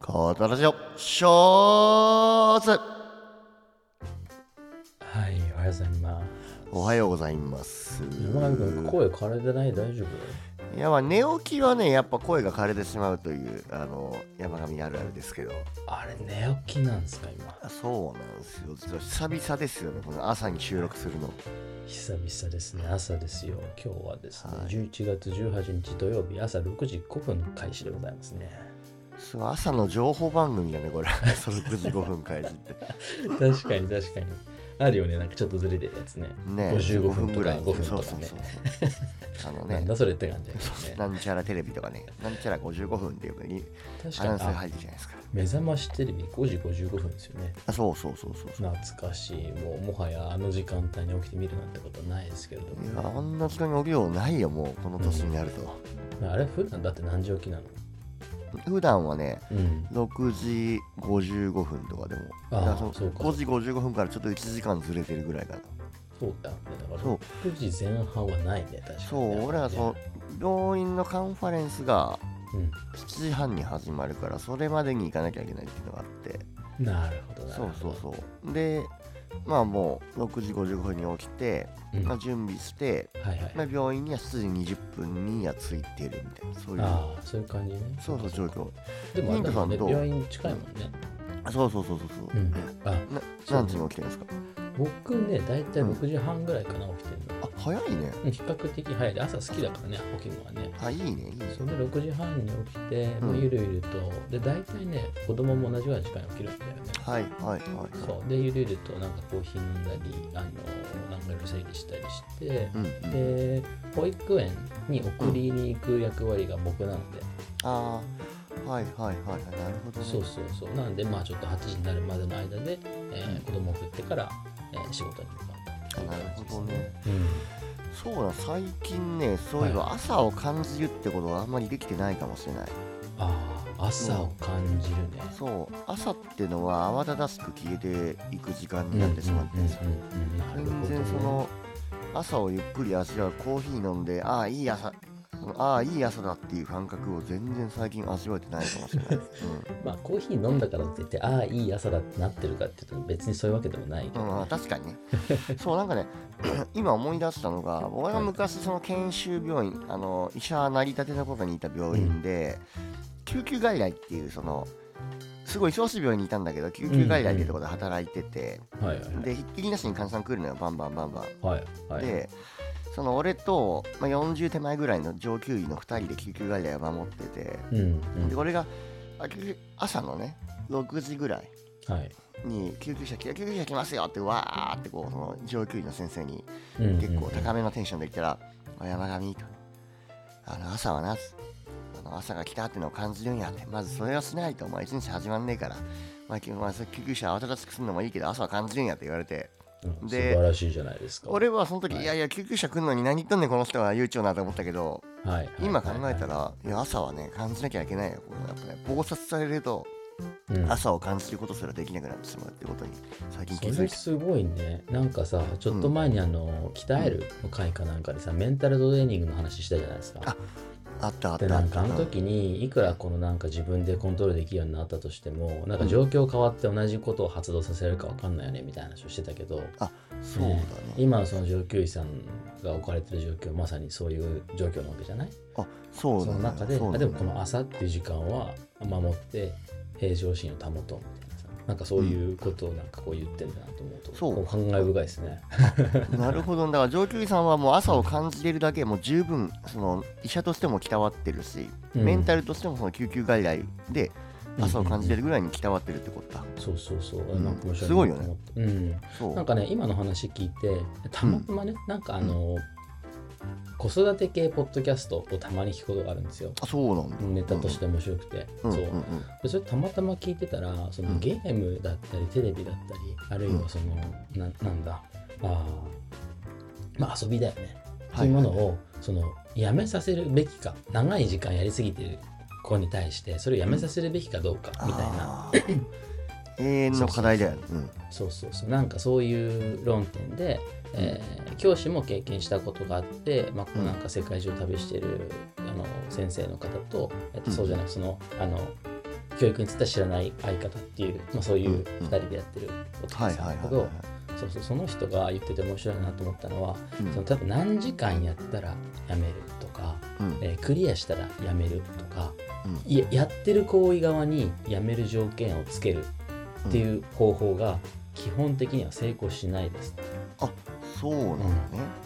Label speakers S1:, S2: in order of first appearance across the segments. S1: コートラジオショーズ
S2: はい、おはようございます。
S1: おはようございます
S2: 今なんか声枯れてない大丈夫
S1: いやまあ寝起きはねやっぱ声が枯れてしまうというあの山上あるあるですけど
S2: あれ、寝起きなんですか、今。
S1: あそうなんですよ実は久々ですよねこの朝に収録するの
S2: 久々ですね、朝ですよ。今日はですね、
S1: はい
S2: 11月18日土曜日朝6時5分開始でございますね。
S1: すごい朝の情報番組だねこれその9時5分開始って
S2: 確かに確かに。あるよね、なんかちょっとずれてるやつね。
S1: ね
S2: 55分とか5分
S1: そ
S2: と
S1: う
S2: か
S1: そう
S2: ね
S1: そう。あの
S2: なん
S1: ね
S2: だそれって感じだよね。
S1: なんちゃらテレビとかねなんちゃら55分っていうかに
S2: 確
S1: アナウンス
S2: か
S1: が
S2: にあ
S1: 入ってるじゃないですか
S2: 目覚ましテレビ5時55分ですよね。
S1: あそうそうそうそうそう
S2: 懐かしい。もうもはやあの時間帯に起きてみるなんてことないですけれども、
S1: いやあんな時間に起きることないよもうこの年になると、
S2: あれ、普段だって何時起きなの
S1: 普段はね
S2: うん。
S1: 6時55分とかでも
S2: あー
S1: だからその
S2: そうか
S1: 5時55分からちょっと1時間ずれてるぐらいかな
S2: そうだね。だか
S1: そ
S2: ら
S1: う
S2: 6時前半はないね、確かにね。
S1: そう俺はその
S2: ね
S1: 病院のカンファレンスが
S2: うん。
S1: 7時半に始まるからそれまでに行かなきゃいけないっていうのがあって
S2: なるほどなる
S1: そう
S2: ほ
S1: そ
S2: ど。
S1: うそうでまあもう6時55分に起きて、
S2: うん
S1: まあ、準備して、
S2: はいはい。
S1: まあ、病院には7時20分には着いてるみたいなそういう
S2: ああ、そういう感じね。
S1: そうそう状況
S2: でもあれだもん
S1: ミ
S2: ね、
S1: ントさんどう
S2: 病院近いもんね。
S1: あそうそうそうそうそう、
S2: うん。あ、
S1: な
S2: そう
S1: 何時に起きてるんですか
S2: 僕ね、だいたい
S1: うん
S2: 6時半ぐらいかな、起きてるの。
S1: あ早いね
S2: うん比較的早いで、朝好きだからね、起きるのはね。
S1: あいいねいいね
S2: それで6時半に起きて、
S1: うん
S2: もうゆるゆると、で、大体ね、子供も同じぐらいの時間に起きるんだよね。
S1: はいはいはい
S2: そう。で、ゆるゆると、なんかコーヒー飲んだり、あの、なんかいろいろ整理したりして、
S1: うんうん
S2: で保育園に送りに行く役割が僕なので、
S1: ああはいはいはいはいなるほどね
S2: そうそうそうなんでまあちょっと8時になるまでの間で、えー子供を送ってから、えー仕事に向かうという
S1: な
S2: 感
S1: る
S2: じで
S1: ほ
S2: す
S1: どね
S2: ね、
S1: そうだ最近ねそういえば朝を感じるってことがあんまりできてないかもしれない
S2: うん、ああ朝を感じるね、
S1: そう朝ってのは慌ただしく消えていく時間になってしまって
S2: うんうんうんなるほど
S1: 全然
S2: ね
S1: その朝をゆっくり味わうコーヒー飲んでああいい朝そのああいい朝だっていう感覚を全然最近味わえてないかもしれ ない、
S2: まあコーヒー飲んだからって言ってああいい朝だってなってるかって言うと別にそういうわけでもないけ
S1: う
S2: ど、
S1: んうん、確かにね そうなんかね 今思い出したのが俺は昔その研修病院あの医者成り立ての頃にいた病院で、救急外来っていうそのすごい忙しい病院にいたんだけど救急外来っていうところで働いてて、
S2: はいはいはい
S1: でひっきりなしに患者さん来るのよバンバンバンバン、
S2: はいはい
S1: でその俺と、まあ、40手前ぐらいの上級医の2人で救急外来を守ってて、
S2: うんうん
S1: で俺があ救急朝のね6時ぐらい
S2: はい
S1: に救急車来救急車来ますよってわーってこうその上級医の先生に
S2: うんうん
S1: 結構高めのテンションで言ったら「あ山上」と「あの朝はなあの朝が来たってのを感じるんや」ってまずそれをしないとお前一日始まんねえから、まあ、きまあ救急車慌ただしくするのもいいけど朝は感じるんやって言われて
S2: うん素
S1: で
S2: 晴らしいじゃないですか
S1: 俺はその時、
S2: はい
S1: い、やいや救急車来るのに何言っとんねんこの人は悠長なと思ったけど
S2: はい
S1: 今考えた
S2: ら、
S1: らいや朝はね感じなきゃいけないよこれやっぱね暴殺されると
S2: うん
S1: 朝を感じることすらできなくなってしまうってことに最近気
S2: そ
S1: づい
S2: れ
S1: た。
S2: すごいねなんかさちょっと前にあの「鍛える」の回かなんかでさメンタルトレーニングの話したじゃないですか。
S1: あったあっ
S2: で
S1: たあ
S2: な
S1: っ
S2: んか
S1: た。
S2: あの時にいくらこのなんか自分でコントロールできるようになったとしてもなんか状況変わって同じことを発動させるかわかんないよねみたいな話をしてたけど
S1: そうだね。
S2: 今のその上級医さんが置かれてる状況まさにそういう状況なわけじゃない
S1: あそうだね。
S2: の中で、
S1: そう
S2: あ
S1: だ
S2: で
S1: ね
S2: もこの朝っていう時間は守って平常心を保とうみたいなさなんかそういうことをなんかこう言ってんだなと思うと、
S1: そう
S2: こう感慨深いですね。
S1: なるほど、だから上級医さんはもう朝を感じてるだけ、もう十分その医者としてもきたわってるし、
S2: うん
S1: メンタルとしてもその救急外来で朝を感じてるぐらいにきたわってるってことだ。
S2: そうそうそう、
S1: ん
S2: なんか面白いな
S1: すごいよね
S2: と思って。うん、
S1: そう
S2: なんかね、今の話聞いて、たまたまね、なんかあの、子育て系ポッドキャストをたまに聞くことがあるんですよ。
S1: あそうなんだ。
S2: ネタとして面白くて、
S1: うん
S2: そう
S1: うんうん
S2: でそれたまたま聞いてたらそのゲームだったりテレビだったりあるいはその、ななんだあーまあ遊びだよね、
S1: はい
S2: というものをそのやめさせるべきか長い時間やりすぎてる子に対してそれをやめさせるべきかどうかみたいな、
S1: あー永遠の課題だよね。うん
S2: そうそうそうなんかそういう論点で、えー教師も経験したことがあって、まあ、こう
S1: うん
S2: なんか世界中旅してるあの先生の方と、えっと、
S1: うん
S2: そうじゃなくそのあの教育については知らない相方っていう、まあ、そういううん
S1: うん
S2: 2人でやってる男
S1: はい
S2: さん
S1: はい
S2: だけ
S1: はいは
S2: ど
S1: い
S2: そうそうその人が言ってて面白いなと思ったのは、
S1: うん
S2: その多分何時間やったらやめるとか、
S1: うん
S2: えークリアしたらやめるとか
S1: うん
S2: いややってる行為側にやめる条件をつけるっていう方法が基本的には成功しないです。
S1: そうなんだね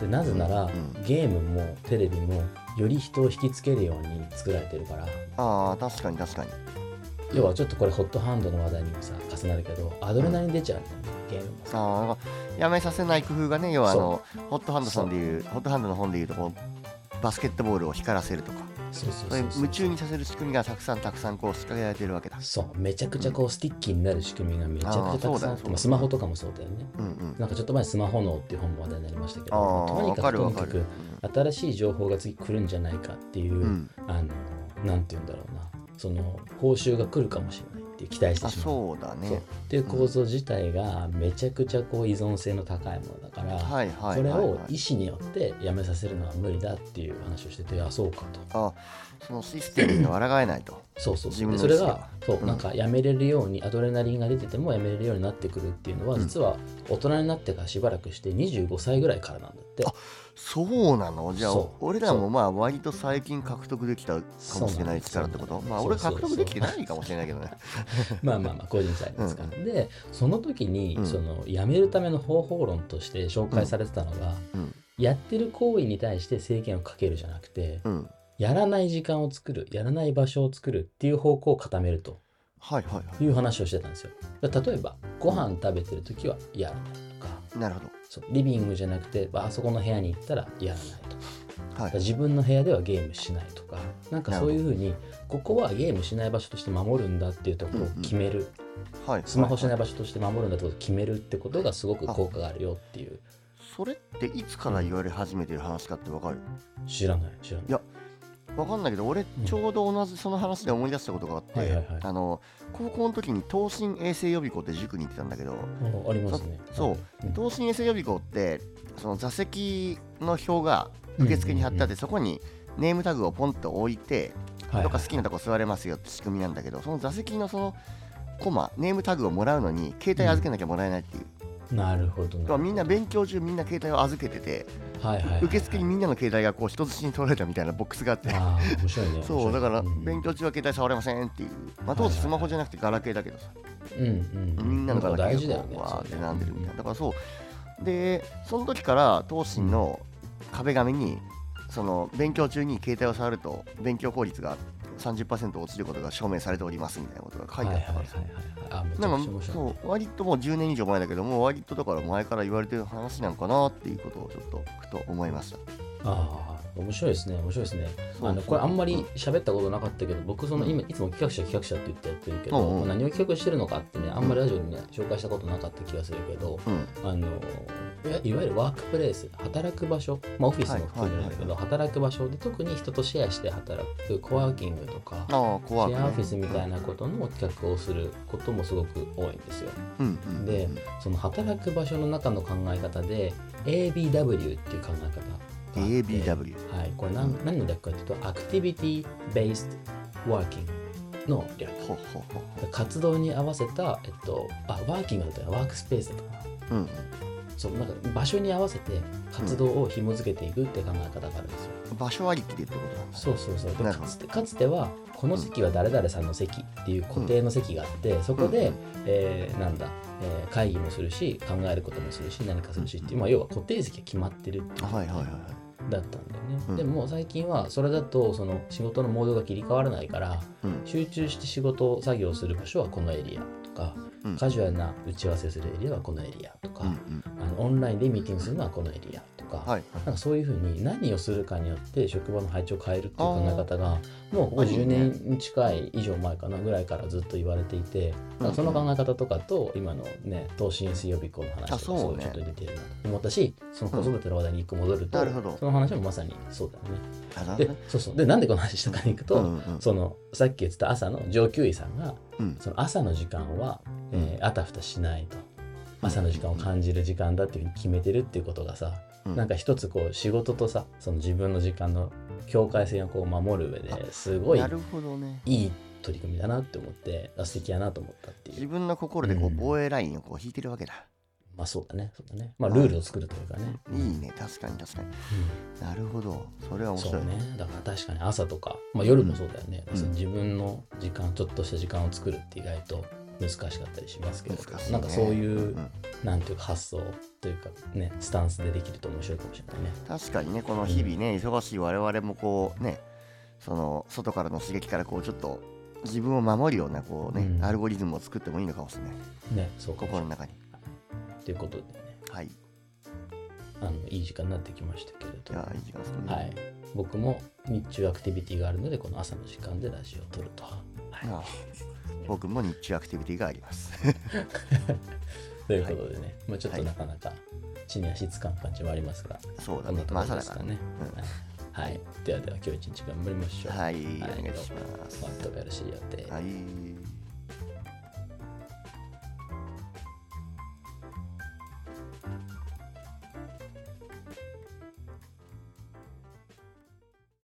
S2: でなぜなら、
S1: うんうん
S2: ゲームもテレビもより人を引きつけるように作られてるから
S1: ああ確かに確かに
S2: 要はちょっとこれホットハンドの話題にもさ重なるけどアドレナリン出ちゃうんだよねゲームもさ。
S1: あーなんかやめさせない工夫がね要はあのホットハンドさんでいうホットハンドの本でいうとこうバスケットボールを光らせるとか
S2: そうそ
S1: そ
S2: う
S1: う
S2: そ
S1: いうう
S2: そう
S1: 夢中にさせる仕組みがたくさんたくさんこう仕掛けられてるわけだ
S2: そうめちゃくちゃこうスティッキーになる仕組みがめちゃくちゃたくさんあ
S1: あーそうだよそう
S2: って
S1: だ
S2: まあスマホとかもそうだよね
S1: うんうん
S2: なんかちょっと前スマホ脳っていう本も話題になりましたけ
S1: あ
S2: ど
S1: あ
S2: とに
S1: わ
S2: か
S1: か
S2: く
S1: る
S2: と
S1: わ
S2: に
S1: か
S2: か
S1: る
S2: く新しい情報が次来るんじゃないかっていう、
S1: うん、うん、
S2: あのなんて言うんだろうなその報酬が来るかもしれないっていう期待して
S1: あ
S2: しまう
S1: そうだ
S2: そう
S1: ね
S2: っていう構造自体がめちゃくちゃこう依存性の高いものだから、
S1: はいはい
S2: そ
S1: は
S2: れ
S1: い、
S2: を
S1: はい
S2: 医、師によってやめさせるのは無理だっていう話をしててあそうかと
S1: あそのシステムには抗えないと
S2: そうそう
S1: 自
S2: そう
S1: 分の
S2: でそれ
S1: 意思
S2: が
S1: が
S2: そう、
S1: うん
S2: なんかやめれるようにアドレナリンが出ててもやめれるようになってくるっていうのは、
S1: うん
S2: 実は大人になってからしばらくして25歳ぐらいからなんだって
S1: そうなのじゃあ
S2: そう
S1: 俺らもまあ割と最近獲得できたかもしれない力ってこ
S2: そ
S1: と
S2: うなんです
S1: まあ俺
S2: そうそ
S1: 獲
S2: うそう
S1: 得できてないかもしれないけどね
S2: まあまあまあ個人差ありますから、
S1: う
S2: でその時に、
S1: うん
S2: そのやめるための方法論として紹介されてたのが、
S1: うん
S2: やってる行為に対して制限をかけるじゃなくて、
S1: うん
S2: やらない時間を作るやらない場所を作るっていう方向を固めると
S1: はいはいは
S2: いう話をしてたんですよだから例えばご飯食べてる時はやらないとか
S1: いなるほど
S2: そうリビングじゃなくてあそこの部屋に行ったらやらないとか
S1: はい
S2: 自分の部屋ではゲームしないとかなんかそういうふうにここはゲームしない場所として守るんだっていうところを決める、
S1: はい
S2: スマホし
S1: は
S2: ないい場所として守るんだってことを決めるってことがすごく効果があるよっていう
S1: それっていつから言われ始めてる話かってわかる
S2: 知らない知らない
S1: いやわかんないけど俺
S2: ん
S1: ちょうど同じその話で思い出したことがあって、
S2: はいはいはい
S1: あの高校の時に東進衛生予備校って塾に行ってたんだけど
S2: あありますね
S1: そう
S2: はいうん
S1: 東進衛生予備校ってその座席の表が受付に貼ってあって、
S2: うんうん
S1: そこにネームタグをポンと置いて、
S2: はい
S1: どっか好きなとこ座れますよって仕組みなんだけどその座席のそのコマネームタグをもらうのに携帯預けなきゃもらえないっていう、
S2: なるほど
S1: だからみんな
S2: はい
S1: 勉強中みんな携帯を預けてて、
S2: はいはいはい
S1: 受付にみんなの携帯がこう人質に取られたみたいなボックスがあって
S2: ああ面白いね
S1: そうだから勉強
S2: 強
S1: 中は携帯触れませんっていう、まあ、当時スマホじゃなくてガラケーだけどさ、
S2: うんうんうん
S1: みんなのガラケ
S2: 大事
S1: ー
S2: だ
S1: が
S2: よ
S1: こう
S2: ね
S1: わーって並んでるみたいな
S2: な
S1: だからそうでその時から東進の壁紙にその勉強中に携帯を触ると勉強効率が30%落ちることが証明されておりますみたいなことが書いてあったからさ、
S2: はいはいはいはいあめちゃくちゃ
S1: なん
S2: 面
S1: か
S2: 白い
S1: そう割ともう10年以上前だけどもう割とだから前から言われてる話なんかなっていうことをちょっとふと思いました
S2: ああ面白いですね面白いですね
S1: そう
S2: あのこれあんま
S1: う
S2: り喋ったことなかったけど僕その
S1: うん
S2: 今いつも企画者企画者って言ってやってるけ
S1: うんうん
S2: ど、まあ何を企画してるのかってねあんまりラジオにね紹介したことなかった気がするけど
S1: うん
S2: あのいわいわゆるワークプレイス働く場所、まあ、オフィスも含めるんだけど、働く場所で特に人とシェアして働くコワーキングと
S1: あ
S2: か
S1: あ
S2: シ
S1: 怖く
S2: ェアオフィスみたい
S1: な
S2: なことの企画をすることもすごく多いんですよ。
S1: うんうんうん
S2: でその働く場所の中の考え方で ABW っていう考え方があって
S1: ABW
S2: はい、これ何,、
S1: うん
S2: 何の略かというとアクティビティ・ベイスド・ワーキングの略
S1: ほうほうほう
S2: 活動に合わせた、えっと、あワーキングだったらワークスペースだったかな
S1: うんうん
S2: そうなんか場所に合わせて活動を紐付けていくって考え方があるんですよ、
S1: 場所ありきでってことなんだ
S2: そうそうそうで
S1: なる
S2: か
S1: ほど
S2: つてかつてはこの席は誰々さんの席っていう固定の席があって、そこ
S1: うんう
S2: で
S1: ん、
S2: えーなんだ、えー会議もするし考えることもするし何かするしっていう、まあ、要は固定席が決まってるっていう
S1: はいはいはいはい
S2: だったんだよね、
S1: うん
S2: でも最近はそれだとその仕事のモードが切り替わらないから
S1: うん
S2: 集中して仕事を作業する場所はこのエリアとか、
S1: うん
S2: カジュアルな打ち合わせするエリアはこのエリアとか、
S1: うんうん
S2: あのオンラインでミーティングするのはこのエリアとか、
S1: はい
S2: なんかそういうふうに何をするかによって職場の配置を変えるっていう考え方がもうここ
S1: あいいね
S2: 10年近い以上前かなぐらいからずっと言われていてなんかその考え方とかと今のね投資水予備校の話とか
S1: あ
S2: す
S1: そうね
S2: ごいちょっと似てるなと思ったしその子育ての話題に一個戻ると、
S1: なるほど
S2: その話もまさにそうだよね。
S1: ただ
S2: でそうそうでなんでこの話したかに行くと、
S1: うんうん
S2: そのさっき言ってた朝の上級医さんが
S1: うん
S2: その朝の時間は、えーあたふたしないと朝の時間を感じる時間だっていうふうに決めてるっていうことがさ、
S1: うん
S2: なんか一つこう仕事とさその自分の時間の境界線をこう守る上ですごい
S1: なるほどね
S2: いい取り組みだなって思ってあ素敵やなと思ったってい
S1: 自
S2: う
S1: 分の心でこ
S2: う
S1: うん防衛ラインをこう引いてるわけだ、
S2: まあそうだねそうだねまあ
S1: はい
S2: ルールを作るというかね、うん
S1: いいね確かに確かになるほどそれは面
S2: そ
S1: 白
S2: う
S1: い
S2: ねだから確かに朝とか、まあ、夜もそうだよね、
S1: うん
S2: その自分の時間ちょっとした時間を作るって意外と難しかったりしますけど、
S1: 難しい、ね、
S2: なんかそういう、
S1: ん
S2: なんていうか発想というかねスタンスでできると面白いかもしれないね
S1: 確かにねこの日々ね、忙しい我々もこうねその外からの刺激からこうちょっと自分を守るようなこうね、
S2: うん
S1: アルゴリズムを作ってもいいのかもしれない
S2: ねそうかもし
S1: 心の
S2: れない
S1: 中に
S2: ということでね
S1: はい
S2: あのいい時間になってきましたけれ
S1: じ
S2: ど
S1: ゃあいい時間ですね
S2: はい僕も日中アクティビティがあるのでこの朝の時間でラジオを撮ると、はい
S1: ああ僕も日中アクティビティがあります。
S2: ということでね、まあ、ちょっと
S1: はい
S2: なかなか地に足つかん感じはありますが、
S1: そうだ
S2: こん
S1: ね。
S2: なとこ
S1: ま
S2: ろ
S1: さ
S2: で
S1: だ
S2: す
S1: か
S2: から
S1: ね。
S2: ね、はい、はいではでは今日一日頑張りましょう
S1: はい、
S2: はい
S1: お願いします。
S2: まあ、よろしいよって
S1: はい